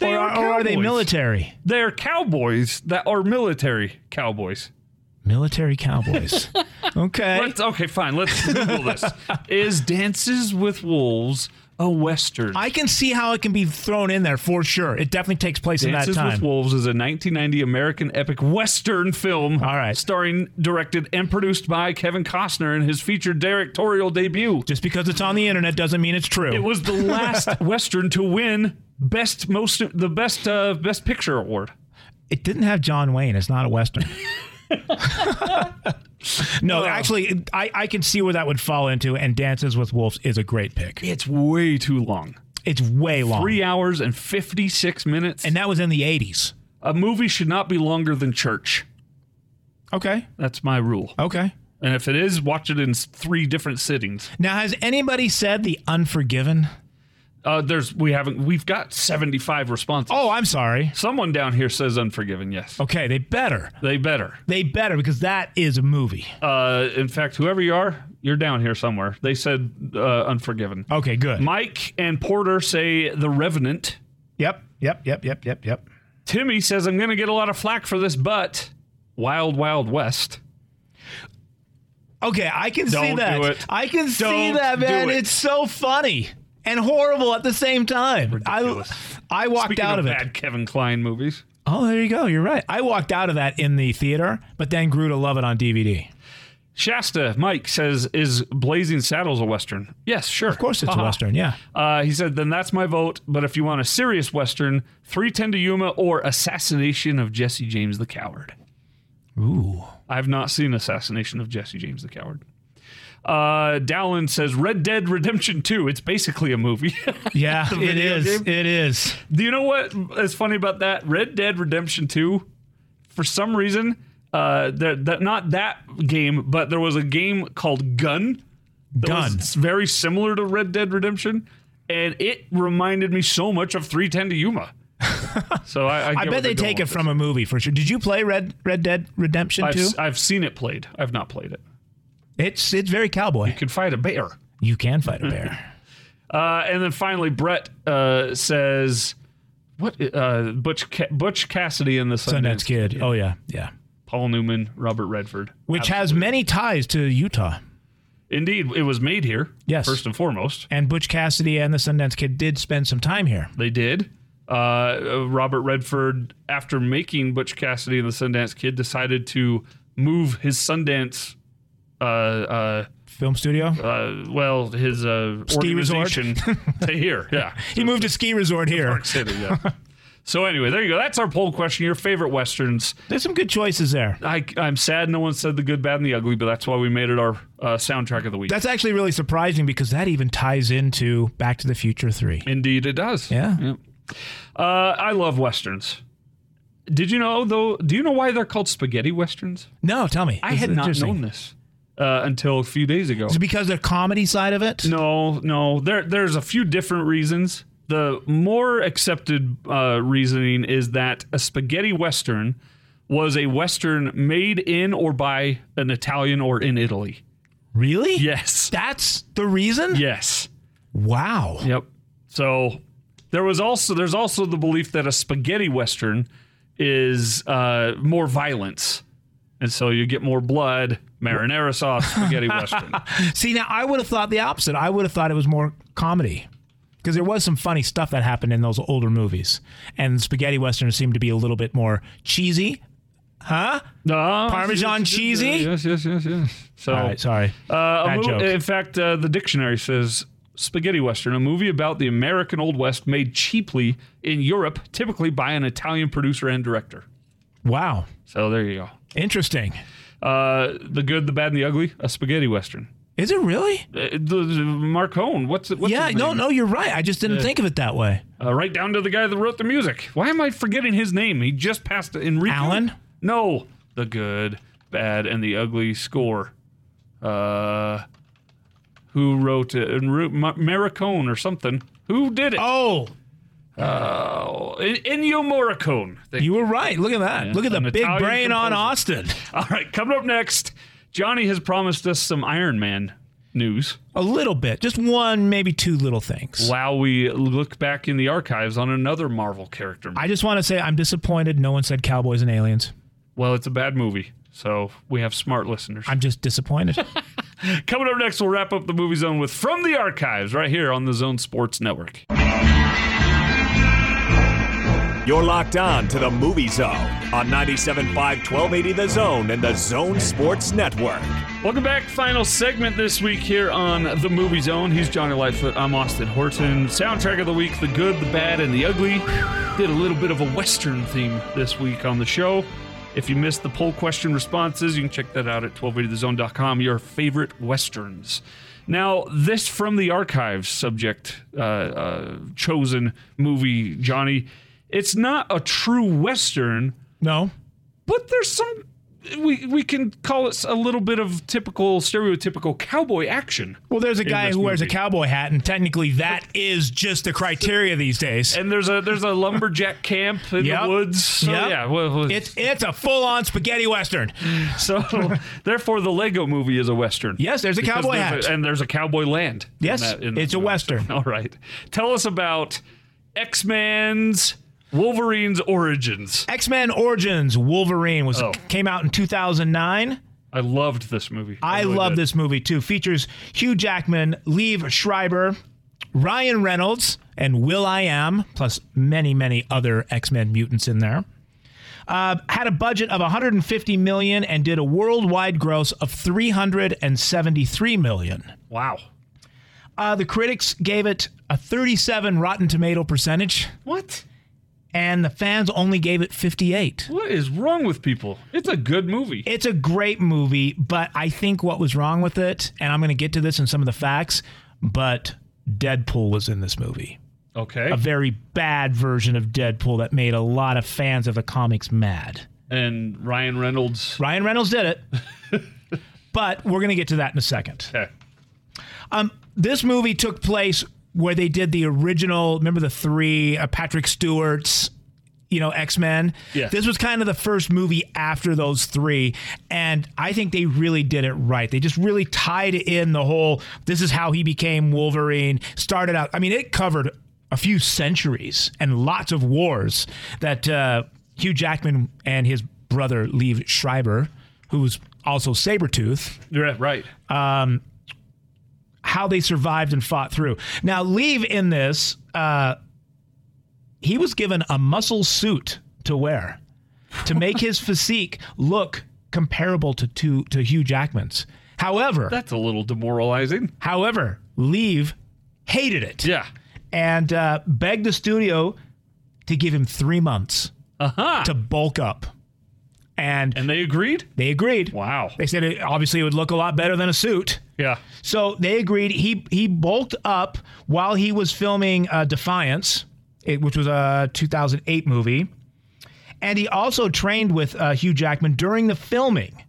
B: They
C: or,
B: are
C: or are they
B: cowboys.
C: military?
B: They're cowboys that are military cowboys.
C: Military cowboys. Okay.
B: Let's, okay, fine. Let's Google this. Is Dances with Wolves a Western?
C: I can see how it can be thrown in there for sure. It definitely takes place in
B: Dances
C: that time.
B: with Wolves is a 1990 American epic Western film.
C: All right.
B: Starring, directed, and produced by Kevin Costner in his feature directorial debut.
C: Just because it's on the internet doesn't mean it's true.
B: It was the last Western to win best most the best uh, best picture award.
C: It didn't have John Wayne. It's not a Western. no, actually, I, I can see where that would fall into, and Dances with Wolves is a great pick.
B: It's way too long.
C: It's way long.
B: Three hours and 56 minutes.
C: and that was in the 80s.
B: a movie should not be longer than church.
C: Okay.
B: That's my rule.
C: Okay.
B: And if it is, watch it in s- three different sittings.
C: Now, has anybody said The Unforgiven?
B: Uh, there's we haven't we've got 75 responses.
C: Oh, I'm sorry.
B: Someone down here says Unforgiven. Yes,
C: Okay, they better.
B: they better.
C: They better because that is a movie.
B: Uh, in fact, whoever you are, you're down here somewhere. They said uh, Unforgiven.
C: Okay, good.
B: Mike and Porter say The Revenant.
C: yep, yep, yep, yep, yep, yep.
B: Timmy says I'm going to get a lot of flack for this, but Wild Wild West.
C: Okay, I can see
B: Don't
C: that.
B: do it.
C: I can see
B: Don't
C: that,
B: do
C: man.
B: it.
C: It's so funny and horrible at the same time. I,
B: Ridiculous.
C: I walked
B: Speaking
C: out of, it.
B: bad Kevin Klein movies.
C: Oh, there you go. You're right. I walked out of that in the theater, but then grew to love it on DVD.
B: Shasta Mike says, "Is Blazing Saddles a western?" Yes, sure.
C: Of course,
B: Uh-huh.
C: it's a western. Yeah.
B: Uh, he said, "Then that's my vote. But if you want a serious western, Three Ten to Yuma or Assassination of Jesse James the Coward."
C: Ooh.
B: I've not seen Assassination of Jesse James the Coward. Uh, Dowlin says, "Red Dead Redemption 2. It's basically a movie."
C: Yeah, it
B: video
C: is.
B: game?
C: It is.
B: Do you know what is funny about that? Red Dead Redemption 2, for some reason, uh, that, that not that game, but there was a game called Gun. That
C: Gun.
B: was very similar to Red Dead Redemption, and it reminded me so much of 310 to Yuma. so I, I,
C: I
B: get where
C: bet they
B: they're
C: take
B: going
C: it
B: with
C: from
B: this.
C: a movie for sure. Did you play Red Red Dead Redemption
B: I've,
C: 2?
B: s- I've seen it played. I've not played it.
C: It's it's very cowboy.
B: You can fight a bear.
C: You can fight a bear.
B: Uh, and then finally, Brett uh, says, "What uh, Butch Ca- Butch Cassidy and the
C: Sundance
B: Sundance
C: Kid. Oh yeah, yeah.
B: Paul Newman, Robert Redford,
C: Which has many ties to Utah.
B: Indeed, it was made here.
C: Yes.
B: First and foremost,
C: And Butch Cassidy and the Sundance Kid did spend some time here.
B: they did. Uh, Uh, Robert Redford, after making Butch Cassidy and the Sundance Kid, decided to move his Sundance, uh, uh,
C: Film studio.
B: uh, well, his uh,
C: Ski resort.
B: organization to here. Yeah.
C: He moved to ski resort here.
B: Park City, yeah. So anyway, there you go. That's our poll question. Your favorite westerns.
C: There's some good choices there.
B: I, I'm sad no one said the good, bad, and the ugly, but that's why we made it our uh, soundtrack of the week.
C: That's actually really surprising because that even ties into Back to the Future 3.
B: Indeed, it does.
C: Yeah.
B: Uh, I love westerns. Did you know though? Do you know why they're called spaghetti westerns?
C: No, tell me.
B: I
C: This
B: had
C: is
B: not
C: interesting.
B: known this uh, until a few days ago.
C: Is it because the comedy side of it?
B: No, no. There, there's a few different reasons. The more accepted uh, reasoning is that a spaghetti western was a western made in or by an Italian or in Italy.
C: Really?
B: Yes.
C: That's the reason?
B: Yes.
C: Wow.
B: Yep. So there was also there's also the belief that a spaghetti western is uh, more violence, and so you get more blood, marinara sauce, spaghetti western.
C: See, now I would have thought the opposite. I would have thought it was more comedy because there was some funny stuff that happened in those older movies. And spaghetti westerns seemed to be a little bit more cheesy. Huh?
B: Ah,
C: Parmesan
B: yes, yes,
C: cheesy?
B: Yes, yes, yes, yes. So,
C: All right, sorry.
B: uh, a
C: Bad
B: mo-
C: joke.
B: in fact, uh, the dictionary says spaghetti western, a movie about the American Old West made cheaply in Europe, typically by an Italian producer and director.
C: wow.
B: So there you
C: Interesting.
B: go. Uh, the good, the bad, and the ugly, a spaghetti western.
C: Is it really?
B: Uh, the, the Marcone. What's it? What's
C: yeah,
B: his
C: no,
B: name?
C: no, you're right. I just didn't think of it that way.
B: Uh, right down to the guy that wrote the music. Why am I forgetting his name? He just passed it. Enrico.
C: Alan?
B: No, the good, bad, and the ugly score. Uh, who wrote it? Enru- Ma- Morricone or something? Who did it?
C: Oh,
B: Oh, En- Ennio Morricone. Thank
C: you were right. Look at that. Look at the
B: an
C: big
B: Italian
C: brain on
B: composer.
C: Austin.
B: All right, coming up next, Johnny has promised us some Iron Man news.
C: A little bit. Just one, maybe two little things.
B: While we look back in the archives on another Marvel character.
C: I just want to say I'm disappointed no one said cowboys and aliens.
B: Well, it's a bad movie. So we have smart listeners.
C: I'm just disappointed.
B: Coming up next, we'll wrap up the movie zone with From the Archives right here on the Zone Sports Network.
A: You're locked on to the Movie Zone on 97.5 1280 The Zone and the Zone Sports Network.
B: Welcome back. Final segment this week here on the Movie Zone. He's Johnny Lightfoot. I'm Austin Horton. Soundtrack of the week: the good, the bad, and the ugly. Did a little bit of a western theme this week on the show. If you missed the poll question responses, you can check that out at 1280thezone.com. Your favorite westerns. Now, this from the archives subject uh, uh, chosen movie, Johnny. It's not a true western,
C: No.
B: but there's some we we can call it a little bit of typical stereotypical cowboy action.
C: Well, there's a guy
B: this
C: who wears a
B: movie.
C: cowboy hat, and technically that is just the criteria these days.
B: And there's a there's a lumberjack camp in
C: Yep.
B: the woods. So
C: Yep.
B: yeah, well, well,
C: It's it's a full on spaghetti western.
B: Mm. so therefore the Lego movie is a western.
C: Yes, there's a
B: Because
C: cowboy
B: there's a-
C: hat.
B: and there's a cowboy land. in
C: Yes,
B: that- in
C: it's
B: that
C: a
B: movie.
C: western.
B: All right. Tell us about X-Men's Wolverine's origins.
C: X Men Origins Wolverine was
B: Oh.
C: came out in 2009.
B: I loved this movie.
C: I
B: really
C: love
B: did.
C: this movie too. Features Hugh Jackman, Liev Schreiber, Ryan Reynolds, and Will I Am, plus many, many other X Men mutants in there. Uh, had a budget of 150 million and did a worldwide gross of 373 million.
B: Wow.
C: Uh, the critics gave it a 37 Rotten Tomato percentage,
B: What?
C: and the fans only gave it 58.
B: What is wrong with people? It's a good movie.
C: It's a great movie, but I think what was wrong with it, and I'm going to get to this in some of the facts, but Deadpool was in this movie.
B: Okay.
C: A very bad version of Deadpool that made a lot of fans of the comics mad.
B: and Ryan Reynolds.
C: Ryan Reynolds did it, but we're going to get to that in a second.
B: Okay.
C: Um, this movie took place where they did the original. Remember the three uh, Patrick Stewart's, you know, X Men.
B: Yeah.
C: This was kind of the first movie after those three, and I think they really did it right. They just really tied in the whole. This is how he became Wolverine. Started out. I mean, it covered a few centuries and lots of wars that uh, Hugh Jackman and his brother Liev Schreiber, who's also Sabretooth
B: Yeah, right.
C: how they survived and fought through. Now, leave in this, uh, he was given a muscle suit to wear to make his physique look comparable to to, to Hugh Jackman's. However,
B: That's a little demoralizing.
C: however, Leave hated it
B: Yeah.
C: and uh, begged the studio to give him three months
B: Uh-huh.
C: to bulk up, and
B: And they agreed?
C: they agreed.
B: Wow.
C: They said it, obviously it would look a lot better than a suit.
B: Yeah.
C: So they agreed. He he bulked up while he was filming uh, Defiance, it, which was a 2008 movie, and he also trained with uh, Hugh Jackman during the filming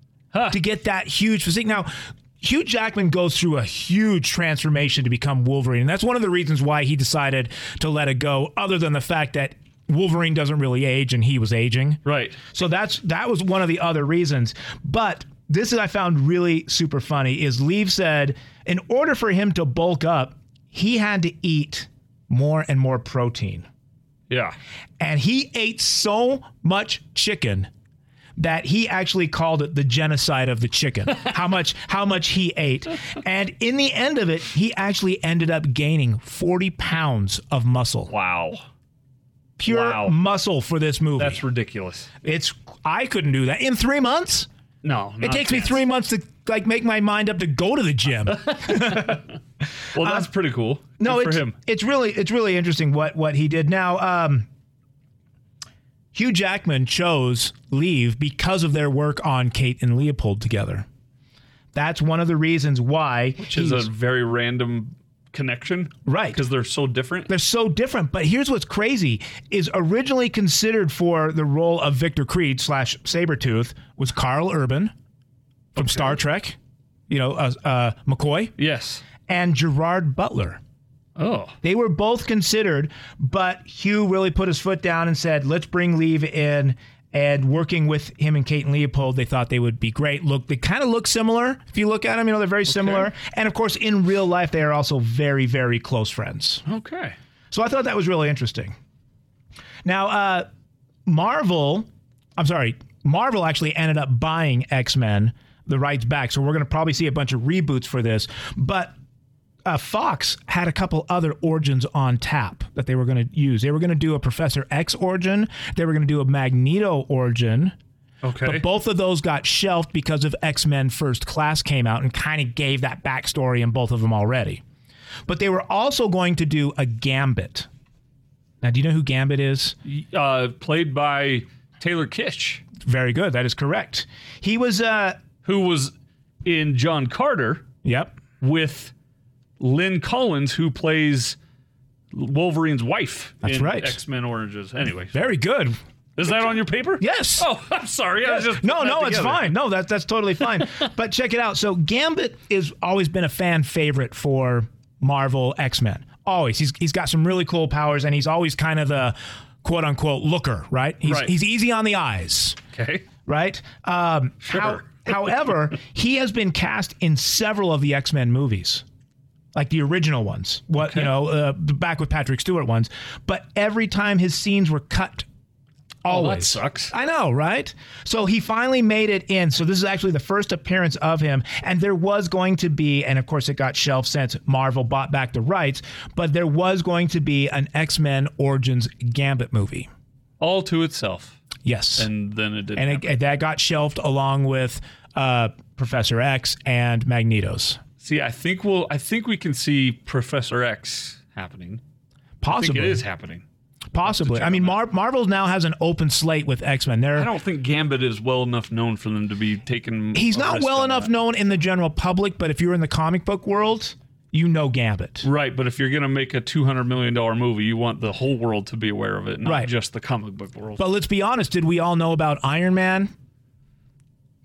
C: to get that huge physique. Now. Hugh Jackman goes through a huge transformation to become Wolverine. And that's one of the reasons why he decided to let it go, other than the fact that Wolverine doesn't really age and he was aging.
B: Right.
C: So that's that was one of the other reasons. But this is I found really super funny is Leave said in order for him to bulk up, he had to eat more and more protein.
B: Yeah.
C: And he ate so much chicken that he actually called it the genocide of the chicken. how much how much he ate. And in the end of it, he actually ended up gaining 40 pounds of muscle.
B: Wow.
C: Pure
B: Wow.
C: muscle for this movie.
B: That's ridiculous.
C: it's I couldn't do that in 3 months.
B: No.
C: It takes me three months to like make my mind up to go to the gym.
B: Well, that's pretty cool.
C: no,
B: Good
C: it's
B: for him.
C: it's really it's really interesting what what he did. Now, um, Hugh Jackman chose leave because of their work on Kate and Leopold together. That's one of the reasons why
B: Which is a very random connection.
C: Right.
B: Because they're so different.
C: they're so different. But here's what's crazy: is originally considered for the role of Victor Creed slash Sabretooth was Carl Urban from Star Trek, you know, uh, uh, McCoy,
B: yes.
C: and Gerard Butler.
B: Oh.
C: They were both considered, but Hugh really put his foot down and said, let's bring Leave in. And working with him and Kate and Leopold, they thought they would be great. Look, they kind of look similar. If you look at them, you know, they're very similar. And of course, in real life, they are also very, very close friends.
B: Okay.
C: So I thought that was really interesting. Now, uh, Marvel, I'm sorry, Marvel actually ended up buying X Men the rights back, so we're going to probably see a bunch of reboots for this. But uh, Fox had a couple other origins on tap that they were going to use. They were going to do a Professor X origin. They were going to do a Magneto origin.
B: Okay.
C: But both of those got shelved because of X Men First Class came out and kind of gave that backstory in both of them already. But they were also going to do a Gambit. Now, do you know who Gambit is?
B: uh, played by Taylor Kitsch,
C: Very good. That is correct. He was, uh,
B: who was in John Carter
C: yep,
B: with Lynn Collins, who plays Wolverine's wife.
C: That's
B: in
C: right.
B: X Men Oranges. Anyway,
C: very good.
B: is that on your paper?
C: Yes.
B: Oh, I'm sorry. I was just
C: No,
B: putting
C: no,
B: that
C: it's
B: together.
C: fine. No, that, that's totally fine. but check it out. So Gambit has always been a fan favorite for Marvel X Men. Always. He's, he's got some really cool powers, and he's always kind of the quote unquote looker, right? He's,
B: Right.
C: he's easy on the eyes.
B: Okay.
C: right? Um, how- however, he has been cast in several of the X Men movies, like the original ones. What you know, uh, the back with Patrick Stewart ones. But every time his scenes were cut,
B: Oh,
C: always.
B: that sucks.
C: I know, right? So he finally made it in. So this is actually the first appearance of him. And there was going to be, and of course it got shelved since Marvel bought back the rights, but there was going to be an X Men Origins Gambit movie.
B: All to itself,
C: Yes.
B: and then it didn't.
C: and it,
B: happen.
C: that got shelved along with uh, Professor X and Magneto's.
B: see, I think we'll. I think we can see Professor X happening. I think
C: Possibly,
B: it is happening.
C: possibly. I mean, Mar- Marvel now has an open slate with X Men.
B: I
C: They're
B: don't think Gambit is well enough known for them to be taken.
C: he's
B: a
C: not
B: risk
C: well
B: on
C: enough
B: that.
C: known in the general public, but if you're in the comic book world, you know Gambit.
B: Right, but if you're gonna make a two hundred million dollar movie, you want the whole world to be aware of it, not
C: Right.
B: just the comic book world.
C: But let's be honest, did we all know about Iron Man?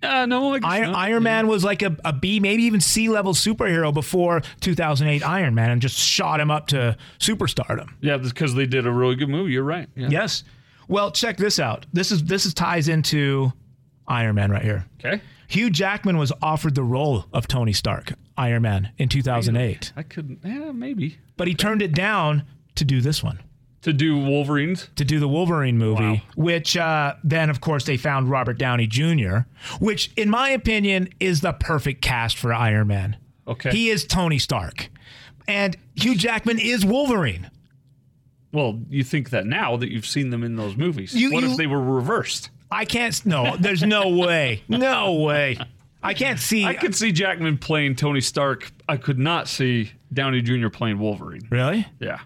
B: uh, no, I guess
C: Iron,
B: not.
C: Iron Man was like a, a B, maybe even C level superhero before 2008 Iron Man and just shot him up to superstardom.
B: Yeah, because they did a really good movie. You're right. Yeah.
C: Yes. Well, check this out. This is this is ties into Iron Man right here.
B: Okay.
C: Hugh Jackman was offered the role of Tony Stark, Iron Man, in 2008,
B: I could, yeah, maybe
C: but he turned it down to do this one,
B: to do Wolverines.
C: to do the Wolverine movie,
B: Wow.
C: which uh, then, of course, they found Robert Downey Jr., which, in my opinion, is the perfect cast for Iron Man.
B: Okay.
C: He is Tony Stark, and Hugh Jackman is Wolverine.
B: well, you think that now that you've seen them in those movies.
C: You-
B: what
C: you-
B: if they were reversed?
C: I can't. s- No, there's no way. No way. I can't see.
B: I could see Jackman playing Tony Stark. I could not see Downey Jr. playing Wolverine.
C: really?
B: Yeah.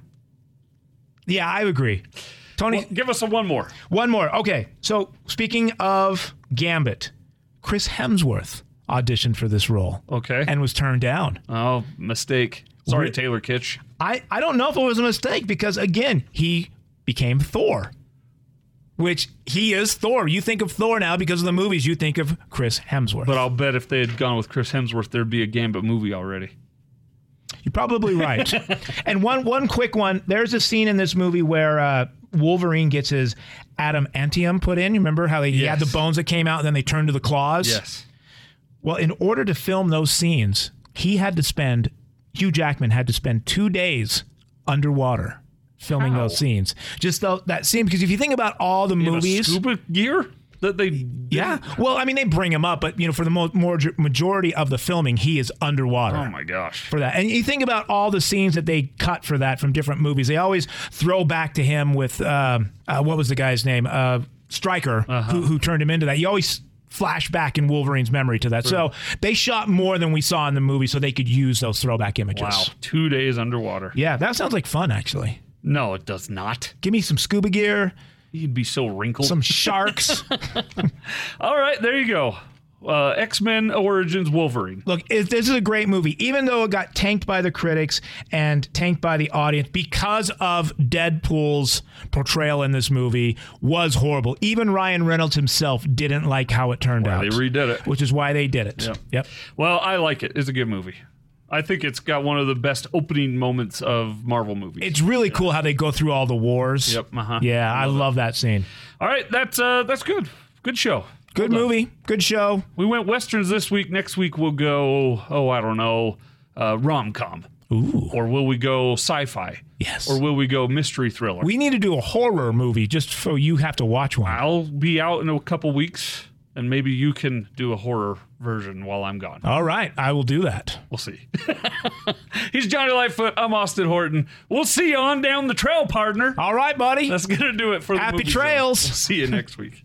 C: Yeah, I agree. Tony,
B: Well, give us a one more.
C: One more. Okay. So speaking of Gambit, Chris Hemsworth auditioned for this role
B: Okay.
C: and was turned down.
B: oh, mistake. Sorry,
C: Re-
B: Taylor Kitsch.
C: I, I don't know if it was a mistake because again, he became Thor. Which he is Thor. You think of Thor now because of the movies, you think of Chris Hemsworth.
B: But I'll bet if they had gone with Chris Hemsworth, there'd be a Gambit movie already.
C: You're probably right. and one one quick one. There's a scene in this movie where uh, Wolverine gets his adamantium put in. You remember how they he had
B: Yes.
C: the bones that came out and then they turned to the claws?
B: Yes.
C: Well, in order to film those scenes, he had to spend Hugh Jackman had to spend two days underwater filming
B: How?
C: those scenes. Just though that scene, because if you think about all the movies,
B: In a scuba gear that they.
C: yeah. Well, I mean, they bring him up, but you know, for the mo- more majority of the filming, he is underwater.
B: Oh my gosh.
C: For that, and you think about all the scenes that they cut for that from different movies. They always throw back to him with um, uh, what was the guy's name, uh, Stryker, who, who turned him into that. You always flash back in Wolverine's memory to that. So they shot more than we saw in the movie, so they could use those throwback images.
B: Wow. Two days underwater.
C: Yeah, that sounds like fun actually.
B: No, it does not.
C: Give me some scuba gear,
B: You'd be so wrinkled.
C: some sharks.
B: All right, there you go. Uh, X Men Origins Wolverine.
C: Look, it, this is a great movie, even though it got tanked by the critics and tanked by the audience because of Deadpool's portrayal in this movie was horrible. Even Ryan Reynolds himself didn't like how it turned out,
B: They redid it.
C: which is why they did it. Yep.
B: Well, I like it. It's a good movie. I think it's got one of the best opening moments of Marvel movies.
C: It's really cool how they go through all the wars.
B: Yep, uh-huh.
C: Yeah, I love that scene.
B: All right, that's uh, that's good. Good show.
C: Good movie, good show.
B: We went westerns this week. Next week we'll go. Oh, I don't know. Uh, Rom com.
C: Ooh.
B: Or will we go sci fi?
C: Yes.
B: Or will we go mystery thriller?
C: We need to do a horror movie just so you have to watch one.
B: I'll be out in a couple weeks and maybe you can do a horror version while I'm gone.
C: All right, I will do that.
B: We'll see. He's Johnny Lightfoot. I'm Austin Horton. We'll see you on down the trail, partner.
C: All right, buddy.
B: That's going to do it for the
C: Happy
B: Movie Zone.
C: trails.
B: We'll see you next week.